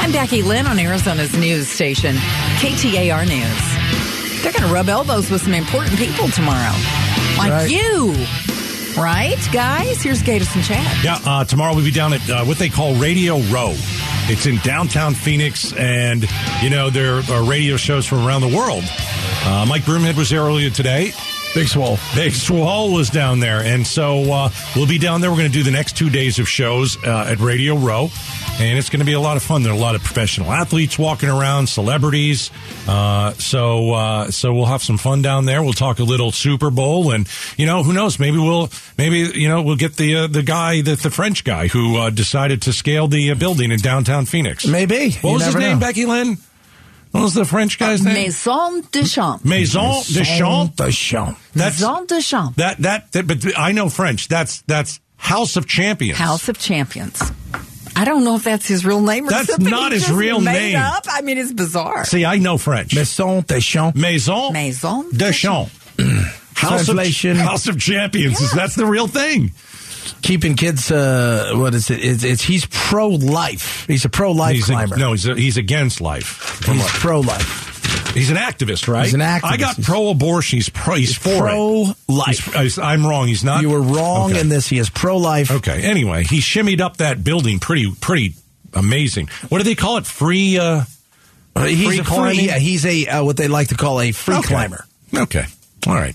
I'm Becky Lynn on Arizona's news station, KTAR News. They're going to rub elbows with some important people tomorrow, like Right. you. Right, guys? Here's Gators and Chad. Yeah, uh, tomorrow we'll be down at uh, what they call Radio Row. It's in downtown Phoenix, and you know there are radio shows from around the world. Uh, Mike Broomhead was there earlier today. Big swole. Big Swall was down there, and so uh, we'll be down there. We're going to do the next two days of shows uh, at Radio Row, and it's going to be a lot of fun. There are a lot of professional athletes walking around, celebrities. Uh, so, uh, so we'll have some fun down there. We'll talk a little Super Bowl, and you know, who knows? Maybe we'll, maybe you know, we'll get the uh, the guy, the, the French guy who uh, decided to scale the uh, building in downtown Phoenix. Maybe. What You was his never name? know. Becky Lynn. What was the French guy's name? Uh, Maison Deschamps. Maison Deschamps. Deschamps. That's Maison Deschamps. that, that that but I know French. That's that's House of Champions. House of Champions. I don't know if that's his real name or That's something. not he his just real made name. Up. I mean, it's bizarre. See, I know French. Maison Deschamps. Maison Maison Deschamps. House of, Translation. House of Champions. That's the real thing. Keeping kids, uh, what is it? It's, it's, he's pro life. He's a pro life He's a- climber. no, he's, a, he's against life. Come he's on. pro life. He's an activist, right? He's an activist. I got pro-abortion. He's pro. He's, for it. Pro life. He's- I- I'm wrong. He's not. You were wrong Okay. in this. He is pro life. Okay. Anyway, he shimmied up that building pretty, pretty amazing. What do they call it? Free. Uh, He's Free a free, climbing? yeah, he's a uh, what they like to call a free Okay. climber. Okay. All right.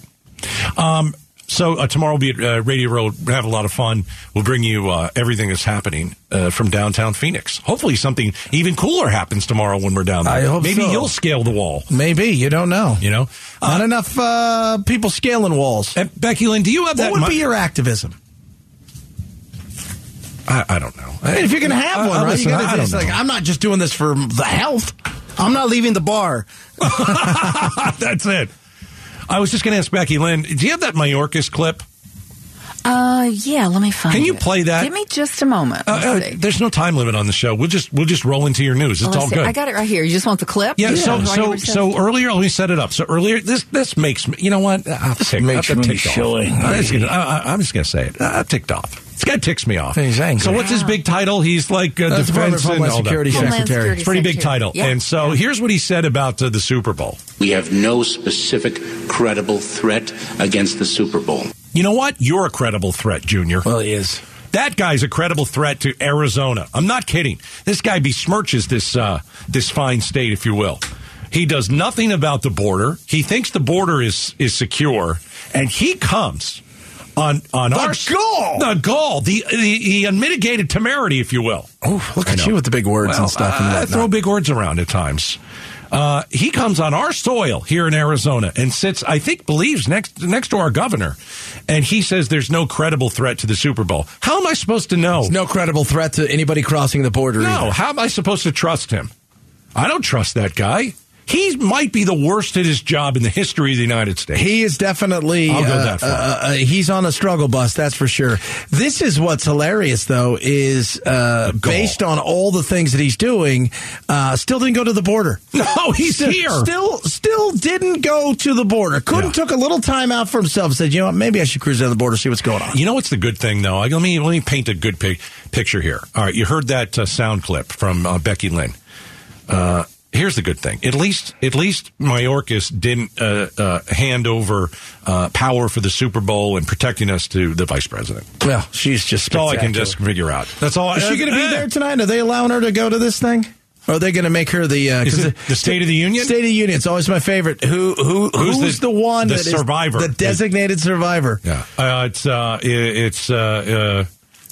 Um, so uh, tomorrow we'll be at uh, Radio Road. We'll have a lot of fun. We'll bring you uh, everything that's happening uh, from downtown Phoenix. Hopefully, something even cooler happens tomorrow when we're down there. I hope Maybe so. he'll scale the wall. Maybe you don't know. You know, Not enough uh, people scaling walls. Uh, Becky Lynn, do you have that? What would mi- be your activism? I, I don't know. I mean, if you're going to have I- one, I- right? listen, you gotta, I don't it's like, know. I'm not just doing this for the health. I'm not leaving the bar. that's it. I was just going to ask Becky Lynn. Do you have that Mayorkas clip? Uh, yeah, let me find Can you it. play that? Give me just a moment. Uh, Let's uh, see. there's no time limit on the show. We'll just we'll just roll into your news. It's Let's all see. good. I got it right here. You just want the clip? Yeah, so Do I so reset? so earlier let me set it up. So earlier this this makes me you know what I'm ticked, makes I'm me ticked off. chilly. I'm just, gonna, I, I- I'm just gonna say it. I'm ticked off. This guy ticks me off. He's angry. So what's his big title? He's like uh, That's Department defense of and Homeland all that. Security Homeland Secretary. Security. It's a pretty big Secretary. title. Yeah. And so here's what he said about uh, the Super Bowl. We have no specific credible threat against the Super Bowl. You know what? You're a credible threat, Junior. Well, he is. That guy's a credible threat to Arizona. I'm not kidding. This guy besmirches this uh, this fine state, if you will. He does nothing about the border. He thinks the border is is secure, and he comes on on our gall! the gall, the, the the unmitigated temerity, if you will. Oh, look I at know. you with the big words Well, and stuff. and I- I whatnot. throw big words around at times. Uh, he comes on our soil here in Arizona and sits, I think, believes next next to our governor, and he says there's no credible threat to the Super Bowl. How am I supposed to know? no credible threat to anybody crossing the border. No, either. how am I supposed to trust him? I don't trust that guy. He might be the worst at his job in the history of the United States. He is definitely. I'll go uh, that far. uh, uh, he's on a struggle bus, that's for sure. This is what's hilarious, though, is uh, gall. based on all the things that he's doing, uh, still didn't go to the border. no, he's Still- here. Still, still didn't go to the border. Couldn't Yeah. took a little time out for himself. Said, you know what? Maybe I should cruise down the border, see what's going on. You know what's the good thing though? I, let me let me paint a good pic, picture here. All right, you heard that uh, sound clip from uh, Becky Lynn. Uh, here's the good thing. At least at least Mayorkas didn't uh, uh, hand over uh, power for the Super Bowl and protecting us to the vice president. Well, she's just. That's all I can spectacular. just figure out. That's all. Is I, she going to Eh. be there tonight? Are they allowing her to go to this thing? Or are they going to make her the uh, 'cause Is it the State of the Union? State of the Union. It's always my favorite. Who who Who's who's, the- the, one the that is survivor? the designated survivor? Yeah, uh, it's uh, i- it's uh, uh,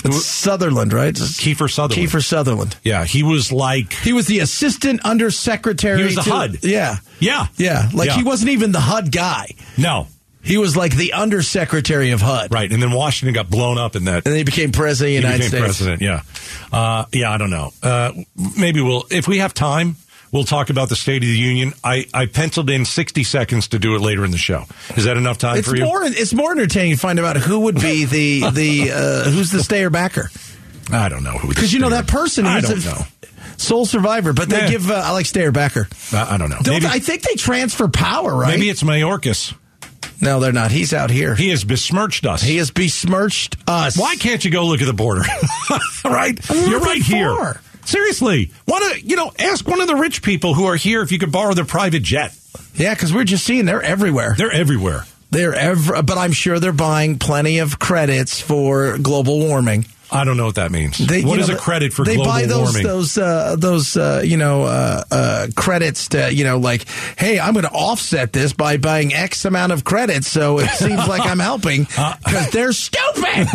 It's Sutherland, right? It's Kiefer Sutherland. Kiefer Sutherland. yeah, he was like He was the assistant undersecretary. He was the to- HUD. Yeah, yeah, yeah. Like Yeah. he wasn't even the HUD guy. no He was like the undersecretary of HUD. right, and then Washington got blown up in that And then he became president of the he United became States. president. Yeah, uh, yeah. I don't know. Uh, maybe we'll if we have time. We'll talk about the State of the Union. I, I penciled in 60 seconds to do it later in the show. Is that enough time It's for you? more. It's more entertaining to find out who would be the the uh, who's the stayer backer. I don't know who. Because you know that person. I was don't a know. Sole survivor, but they Yeah. give uh, Alex Stayer backer. I, I don't know. Don't, maybe, I think they transfer power, right? maybe it's Mayorkas. no, they're not. He's out here. He, He has besmirched us. has besmirched us. Why can't you go look at the border? right? You're not right that here. far. Seriously, want to you know ask one of the rich people who are here if you could borrow their private jet. Yeah, because we're just seeing they're everywhere. They're everywhere. They're ever, but I'm sure they're buying plenty of credits for global warming. I don't know what that means. They, what you is know, a credit for they global buy those warming? those uh, those uh, you know uh, uh, credits to you know like hey I'm going to offset this by buying X amount of credits so it seems like I'm helping Uh. because they're stupid.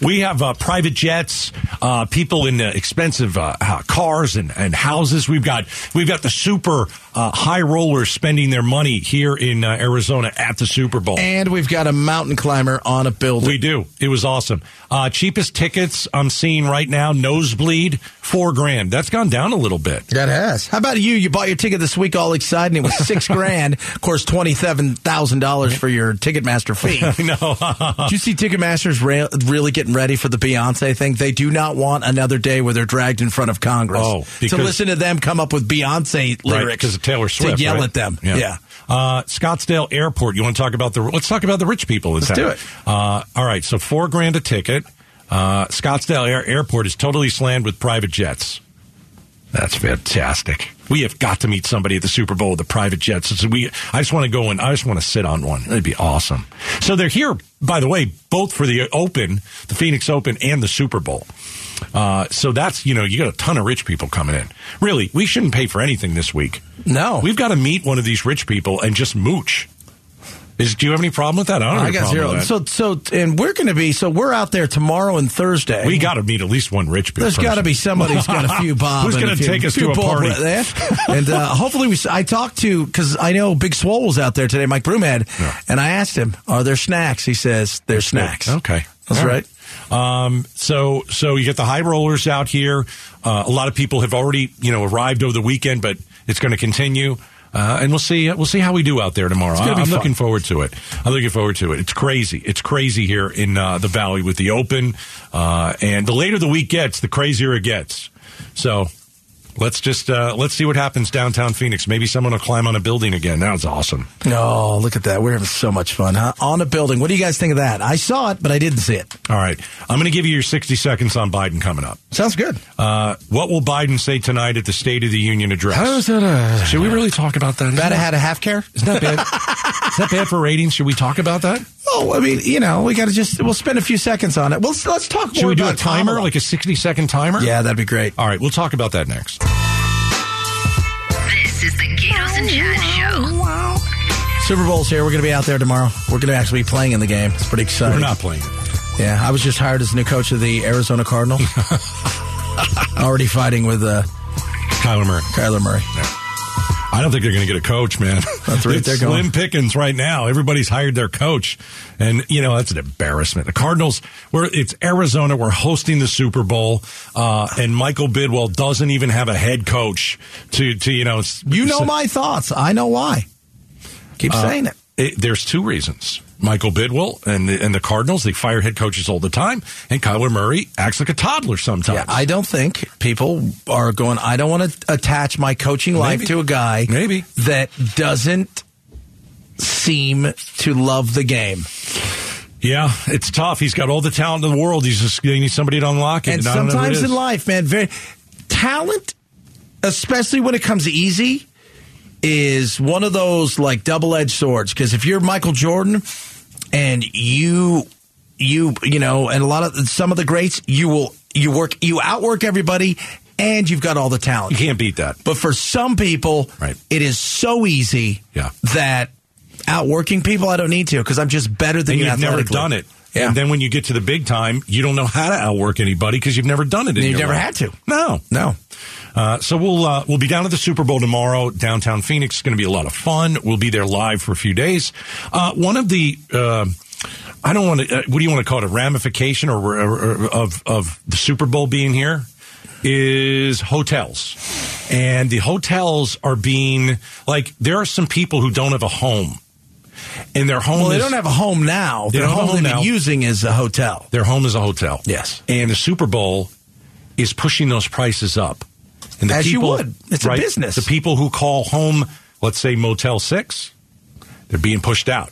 We have uh, private jets, uh, people in uh, expensive uh, uh, cars and, and houses. We've got we've got the super uh, high rollers spending their money here in uh, Arizona at the Super Bowl. and we've got a mountain climber on a building. We do. It was awesome. Uh, cheapest tickets I'm seeing right now: nosebleed, four grand. That's gone down a little bit. That has. How about you? You bought your ticket this week all excited and it was six grand. Of course, $27,000 for your Ticketmaster fee. no, Do you see Ticketmaster's re- really getting ready for the Beyonce thing? They do not want another day where they're dragged in front of Congress Oh, to because- listen to them come up with Beyonce lyrics because of Taylor Swift. to yell right? at them. Yeah. Uh, Scottsdale Airport. You want to talk about the? Let's talk about the rich people. In Let's town. do it. Uh, all right. So four grand a ticket. Uh, Scottsdale Air- Airport is totally slammed with private jets. That's fantastic. We have got to meet somebody at the Super Bowl with the private jets. It's- we, I just want to go and I just want to sit on one. That'd be awesome. So they're here, by the way, both for the Open, the Phoenix Open, and the Super Bowl. Uh, so that's you know you got a ton of rich people coming in. Really, we shouldn't pay for anything this week. No. We've got to meet one of these rich people and just mooch. Is do you have any problem with that? I don't have I any got problem zero. with that. So, so, and we're going to be, so we're out there tomorrow and Thursday. we got to meet at least one rich There's person. got to be somebody who's got a few bob. Who's and a gonna few- take us few to a bob party? right there. and uh, hopefully, we. s- I talked to because I know Big Swole was out there today, Mike Broomhead, Yeah. and I asked him, "Are there snacks?" He says, "There's snacks." Okay. that's All right. Um, so, so you get the high rollers out here. Uh, a lot of people have already, you know, arrived over the weekend, but it's going to continue. Uh, and we'll see. We'll see how we do out there tomorrow. gonna I, be am fun. looking forward to it. I'm looking forward to it. It's crazy. It's crazy here in uh, the valley with the open. Uh, and the later the week gets, the crazier it gets. So let's just uh, let's see what happens downtown Phoenix. Maybe someone will climb on a building again. That was awesome. Oh, look at that! We're having so much fun, huh? On a building. What do you guys think of that? I saw it, but I didn't see it. All right, I'm going to give you your 60 seconds on Biden coming up. Sounds good. Uh, what will Biden say tonight at the State of the Union address? Should we really talk about that? Better had a half care. Isn't that bad? Is that bad for ratings? Should we talk about that? Oh, I mean, you know, we got to just we'll spend a few seconds on it. Well, let's, let's talk more. Should we do a about timer, Kamala. like a 60 second timer? yeah, that'd be great. All right, we'll talk about that next. This is the Gatos and Chad Show. Super Bowl's here. We're going to be out there tomorrow. We're going to actually be playing in the game. It's pretty exciting. We're not playing. Yeah, I was just hired as new coach of the Arizona Cardinals. Already fighting with uh, Kyler Murray. Kyler Murray. I don't think they're going to get a coach, man. That's right, It's they're slim going. pickings right now. Everybody's hired their coach, and you know that's an embarrassment. The Cardinals, we're it's Arizona. We're hosting the Super Bowl, uh, and Michael Bidwell doesn't even have a head coach to to you know. s- You know s- my thoughts. I know why. Keep saying it. It, there's two reasons. Michael Bidwell and the, and the Cardinals, they fire head coaches all the time, and Kyler Murray acts like a toddler sometimes. Yeah, I don't think people are going. I don't want to attach my coaching life Maybe. to a guy Maybe. that doesn't seem to love the game. yeah, it's tough. He's got all the talent in the world. He's just he needs somebody to unlock it. And I don't know who it sometimes is. in life, man, very talent, especially when it comes easy, is one of those like double edged swords. Because if you're Michael Jordan and you, you, you know, and a lot of some of the greats, you will you work you outwork everybody, and you've got all the you talent. can't beat that. But for some people, Right. it is so easy Yeah. that outworking people, I don't need to because I'm just better than and you. you've never athletically. done it. Yeah. And then when you get to the big time, you don't know how to outwork anybody because you've never done it. in And you your never life. had to. No, no. Uh, so we'll uh, we'll be down at the Super Bowl tomorrow, downtown Phoenix. It's going to be a lot of fun. We'll be there live for a few days. Uh, one of the uh, I don't want to. Uh, what do you want to call it? A ramification or, or, or of of the Super Bowl being here is hotels, and the hotels are being like there are some people who don't have a home, and their home Well, they is- don't have a home now. They Their don't have a home, home they've now. been using is a hotel. Their home is a hotel. Yes. And the Super Bowl is pushing those prices up. And As you would. It's a business. The people who call home, let's say Motel 6, they're being pushed out.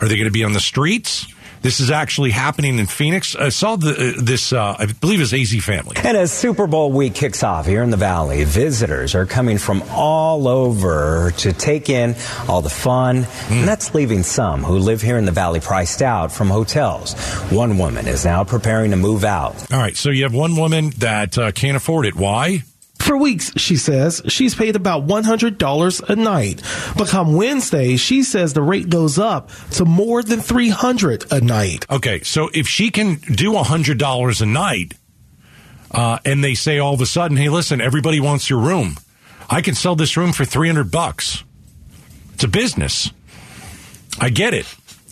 Are they going to be on the streets? This is actually happening in Phoenix. I saw the, uh, this, uh, I believe it's AZ Family. And as Super Bowl week kicks off here in the Valley, visitors are coming from all over to take in all the fun. And that's leaving some who live here in the Valley priced out from hotels. One woman is now preparing to move out. All right, so you have one woman that uh, can't afford it. Why? For weeks, she says, she's paid about $100 a night. But come Wednesday, she says the rate goes up to more than 300 a night. Okay, so if she can do hundred dollars a night, uh, and they say all of a sudden, "Hey, listen, everybody wants your room. I can sell this room for three hundred bucks." It's a business. I get it.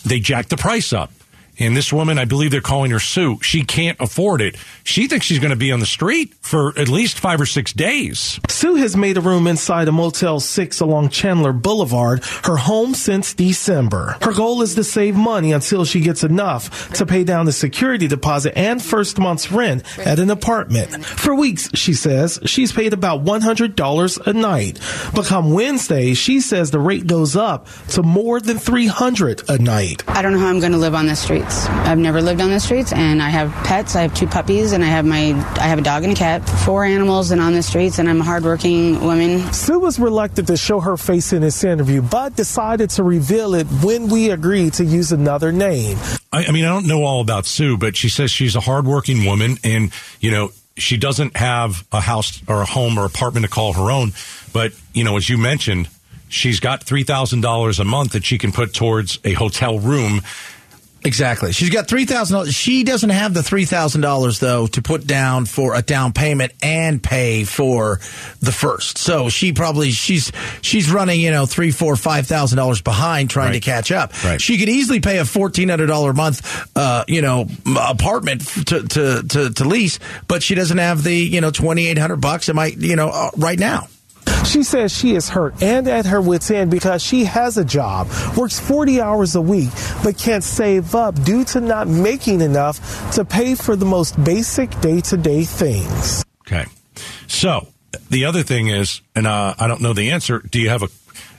They jack the price up, and this woman, I believe they're calling her Sue. She can't afford it. She thinks she's going to be on the street for at least five or six days. Sue has made a room inside a Motel 6 along Chandler Boulevard, her home since December. Her goal is to save money until she gets enough to pay down the security deposit and first month's rent at an apartment. For weeks, she says, she's paid about $100 a night. But come Wednesday, she says the rate goes up to more than 300 a night. I don't know how I'm going to live on the streets. I've never lived on the streets, and I have pets. I have two puppies, and I have my I have a dog and a cat. Four animals, and on the streets, and I'm a hardworking woman. Sue was reluctant to show her face in this interview, but decided to reveal it when we agreed to use another name. I, I mean, I don't know all about Sue, but she says she's a hardworking woman, and you know she doesn't have a house or a home or apartment to call her own. But you know, as you mentioned, she's got three thousand dollars a month that she can put towards a hotel room. Exactly. She's got three thousand dollars. She doesn't have the three thousand dollars though to put down for a down payment and pay for the first. So she probably she's she's running you know three four five thousand dollars behind trying to Right. catch up. Right. She could easily pay a fourteen hundred dollar a month uh, you know m- apartment f- to, to to to lease, but she doesn't have the you know twenty eight hundred bucks. It might you know uh, right now. She says she is hurt and at her wits' end because she has a job, works 40 hours a week, but can't save up due to not making enough to pay for the most basic day to day things. Okay. So the other thing is, and uh, I don't know the answer. Do you have a?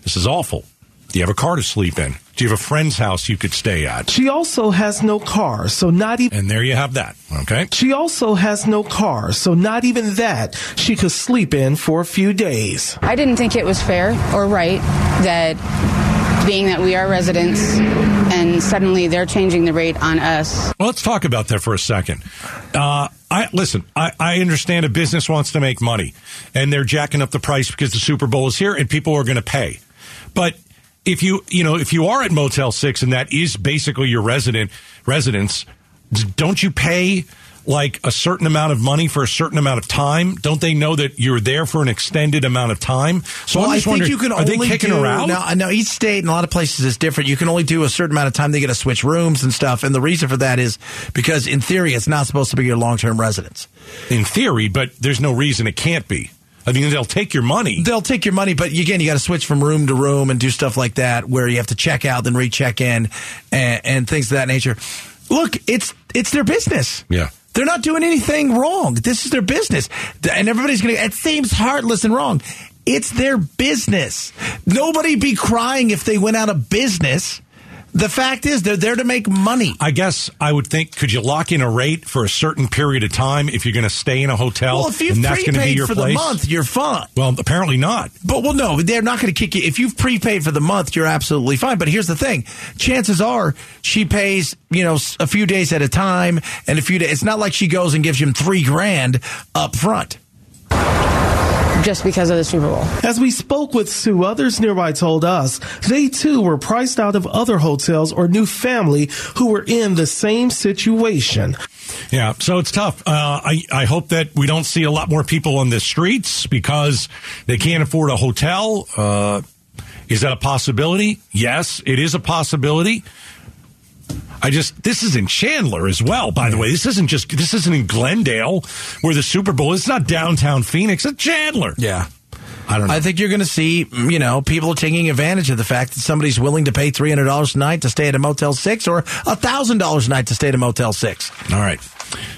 This is awful. Do you have a car to sleep in? Do you have a friend's house you could stay at? She also has no car, so not even. And there you have that. Okay. She also has no car, so not even that she could sleep in for a few days. I didn't think it was fair or right that, being that we are residents, and suddenly they're changing the rate on us. Well, let's talk about that for a second. Uh, I listen. I, I understand a business wants to make money, and they're jacking up the price because the Super Bowl is here, and people are going to pay. But if you you know if you are at Motel Six and that is basically your resident residence, d- don't you pay like a certain amount of money for a certain amount of time? Don't they know that you're there for an extended amount of time? So well, I'm I just think wondering, you can are only they kicking do, her out? Now, I know each state and a lot of places is different. You can only do a certain amount of time. They got to switch rooms and stuff. And the reason for that is because, in theory, it's not supposed to be your long term residence. In theory, but there's no reason it can't be. I mean, they'll take your money. They'll take your money, but again, you got to switch from room to room and do stuff like that, where you have to check out, then recheck in, and, and things of that nature. Look, it's it's their business. Yeah. They're not doing anything wrong. This is their business. Th- And everybody's going to, it seems heartless and wrong. It's their business. Nobody be crying if they went out of business. The fact is, they're there to make money. I guess I would think, could you lock in a rate for a certain period of time if you're going to stay in a hotel? Well, if you've and that's gonna be prepaid your for place? the month, you're fine. Well, apparently not. But well, no, they're not going to kick you. If you've prepaid for the month, you're absolutely fine. But here's the thing: chances are she pays, you know, s- a few days at a time, and a few days. It's not like she goes and gives him three grand up front. just because of the Super Bowl. As we spoke with Sue, others nearby told us they too were priced out of other hotels or new family who were in the same situation. Yeah, so it's tough. Uh, I I hope that we don't see a lot more people on the streets because they can't afford a hotel. Uh, is that a possibility? Yes, it is a possibility. I just this is in Chandler as well. By the way, this isn't just this isn't in Glendale where the Super Bowl. is. It's not downtown Phoenix. It's Chandler. Yeah, I don't know. I think you're going to see, mm, you know, people taking advantage of the fact that somebody's willing to pay three hundred dollars a night to stay at a Motel Six or thousand dollars a night to stay at a Motel Six. All right.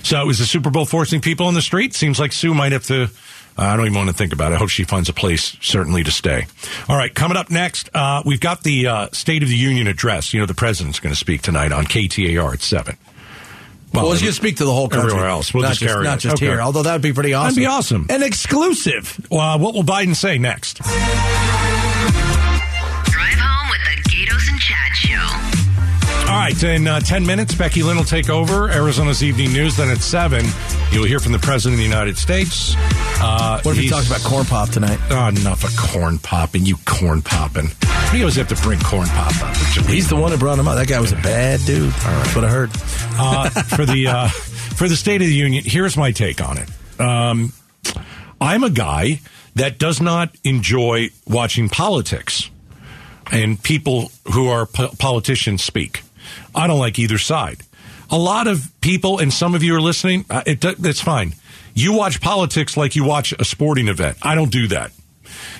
So is the Super Bowl forcing people on the street? Seems like Sue might have to uh, I don't even want to think about it. I hope she finds a place certainly to stay. All right, coming up next, uh, we've got the uh, State of the Union address. You know, the president's going to speak tonight on KTAR at seven. Well, he's going to speak to the whole country. Everywhere else. We'll not just carry Not it. just Okay. here, although that would be pretty awesome. That'd be awesome. An exclusive. Uh, what will Biden say next? Drive home with the Gatos and Chad Show. All right, in uh, 10 minutes, Becky Lynn will take over Arizona's Evening News. Then at 7, you'll hear from the President of the United States. Uh, What if he he's- talks about corn pop tonight? Oh, enough of corn popping, you corn popping. He always have to bring corn pop up. He's the one who brought him up. That guy was a bad dude. That's what I heard. uh, for the uh, for the State of the Union. Here's my take on it. Um, I'm a guy that does not enjoy watching politics and people who are po- politicians speak. I don't like either side. A lot of people, and some of you are listening. Uh, it, do- it's fine. You watch politics like you watch a sporting event. I don't do that.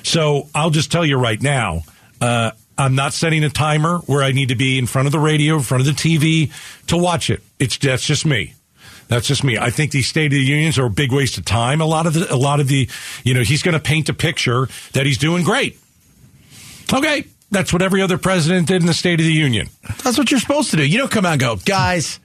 So I'll just tell you right now, uh, I'm not setting a timer where I need to be in front of the radio, in front of the TV to watch it. It's that's just me. That's just me. I think these State of the Unions are a big waste of time. A lot of the, a lot of the, you know, he's going to paint a picture that he's doing great. Okay, that's what every other president did in the State of the Union. That's what you're supposed to do. You don't come out and go, guys,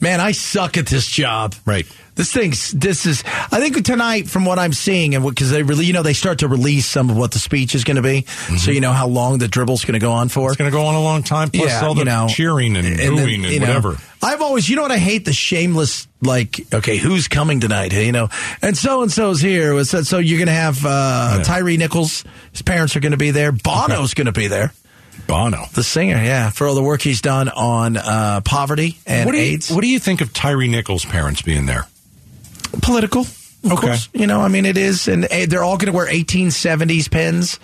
man, I suck at this job. Right. This thing's, this is, I think tonight, from what I'm seeing, and because they really, you know, they start to release some of what the speech is going to be. So you know how long the dribble's going to go on for. It's going to go on a long time. Plus, all the cheering and, then, booing and you know, whatever. I've always, you know what I hate? The shameless, like, okay, who's coming tonight? You know, and so and so's here. So, so you're going to have uh, Yeah. Tyree Nichols. His parents are going to be there. Bono's going to be there. Bono. The singer, yeah, for all the work he's done on uh, poverty and What do, you, AIDS. what do you think of Tyree Nichols' parents being there? Political. Of Okay. course, you know, I mean, it is, and eh, they're all going to wear 1870s pins,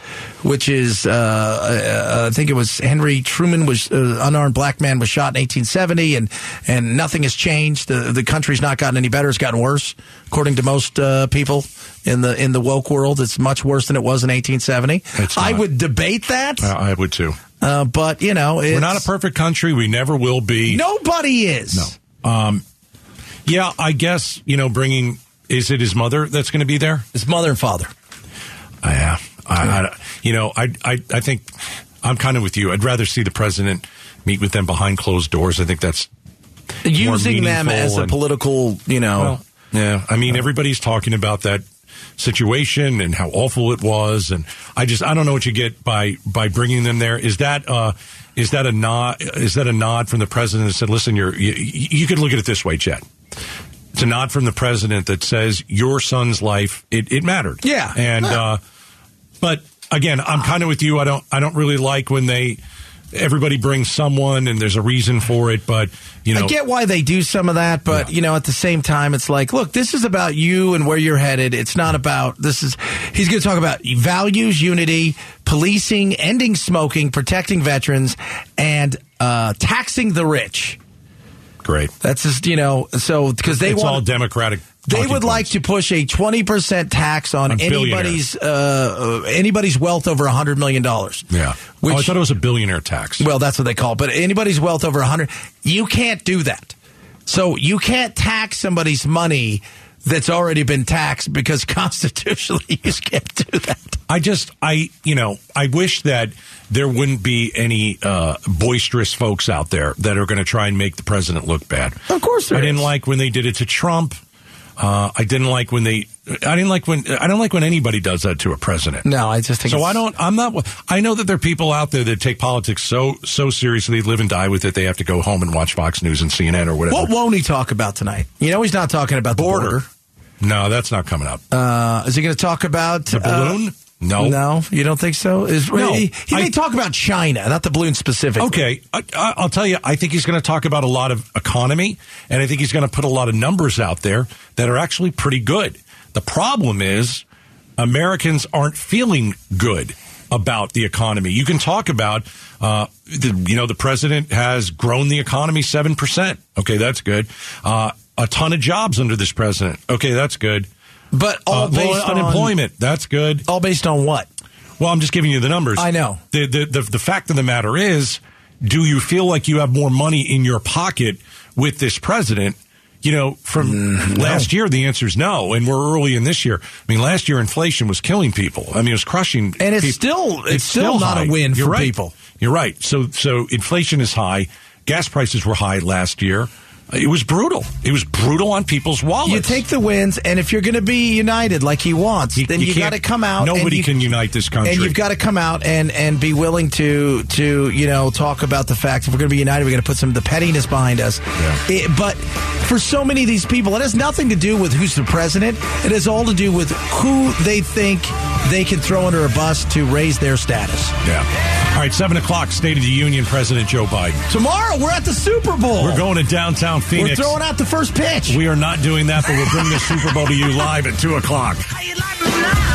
which is, uh, uh, I think it was Henry Truman was uh, unarmed black man was shot in 1870, and and nothing has changed. The the country's not gotten any better; it's gotten worse, according to most uh, people in the in the woke world. It's much worse than it was in 1870. It's I not. would debate that, Uh, I would too. uh, but you know, it's, We're not a perfect country. We never will be. Nobody is. No. Um, yeah, I guess you know, bringing is it his mother that's going to be there? His mother and father. Uh, Yeah, I, I, you know, I, I, I think I'm kind of with you. I'd rather see the president meet with them behind closed doors. I think that's Using them meaningful as a and- political, you know. well, yeah. I mean, everybody's talking about that situation and how awful it was, and I just I don't know what you get by by bringing them there. Is that uh, is that a nod? Is that a nod from the president that said, "Listen, you're you, you could look at it this way, Chad." It's a nod from the president that says your son's life it, it mattered. Yeah. and uh, but again, I'm kind of with you. I don't I don't really like when they. Everybody brings someone, and there's a reason for it. But you know, I get why they do some of that, but Yeah. you know, at the same time, it's like, look, this is about you and where you're headed. It's not about this is. He's going to talk about values, unity, policing, ending smoking, protecting veterans, and uh, taxing the rich. great. That's just you know, so because they it's want all Democratic. they talking would like points. to push a 20% tax on On billionaire. anybody's uh, uh, anybody's wealth over 100 million dollars. Yeah. Which oh, I thought it was a billionaire tax. Well, that's what they call it. But anybody's wealth over 100, you can't do that. So you can't tax somebody's money that's already been taxed because constitutionally you just can't do that. I just, I, you know, I wish that there wouldn't be any uh, boisterous folks out there that are going to try and make the president look bad. Of course there I didn't is. like when they did it to Trump. Uh, I didn't like when they. I didn't like when. I don't like when anybody does that to a president. No, I just think So it's- I don't. I'm not. I know that there are people out there that take politics so so seriously, live and die with it. They have to go home and watch Fox News and CNN or whatever. What won't he talk about tonight? You know, he's not talking about the border. Border. No, that's not coming up. Uh, is he going to talk about the balloon? uh, no. No, you don't think so? Is, No, he, he may I- talk about China, not the balloon specifically. Okay, I, I- I'll tell you. I think he's going to talk about a lot of economy, and I think he's going to put a lot of numbers out there that are actually pretty good. The problem is Americans aren't feeling good about the economy. You can talk about, uh, the, you know, the president has grown the economy seven percent. Okay, that's good. Uh, a ton of jobs under this president. Okay, that's good. But all Uh, low based on unemployment. that's good. All based on what? Well, I'm just giving you the numbers. I know. The, the, the, the fact of the matter is, do you feel like you have more money in your pocket with this president? You know, from Mm, last year, the answer is no, and we're early in this year. I mean, last year inflation was killing people. I mean, it was crushing, And it's peop- still- it's still not a high. win You're for right. people. You're right. So, so inflation is high. Gas prices were high last year. It was brutal. It was brutal on people's wallets. You take the wins, and if you're going to be united like he wants, You- then you you, got can't- to come out. and nobody you- can unite this country. and you've got to come out and and be willing to to you know talk about the fact if we're going to be united, we're going to put some of the pettiness behind us. It- but for so many of these people, it has nothing to do with who's the president. It has all to do with who they think they can throw under a bus to raise their status. Yeah. All right, 7 o'clock, State of the Union, President Joe Biden. Tomorrow, we're at the Super Bowl. We're going to downtown We're Phoenix. throwing out the first pitch. We are not doing that, but we'll bring the Super Bowl to you live at 2 o'clock. How you like me now?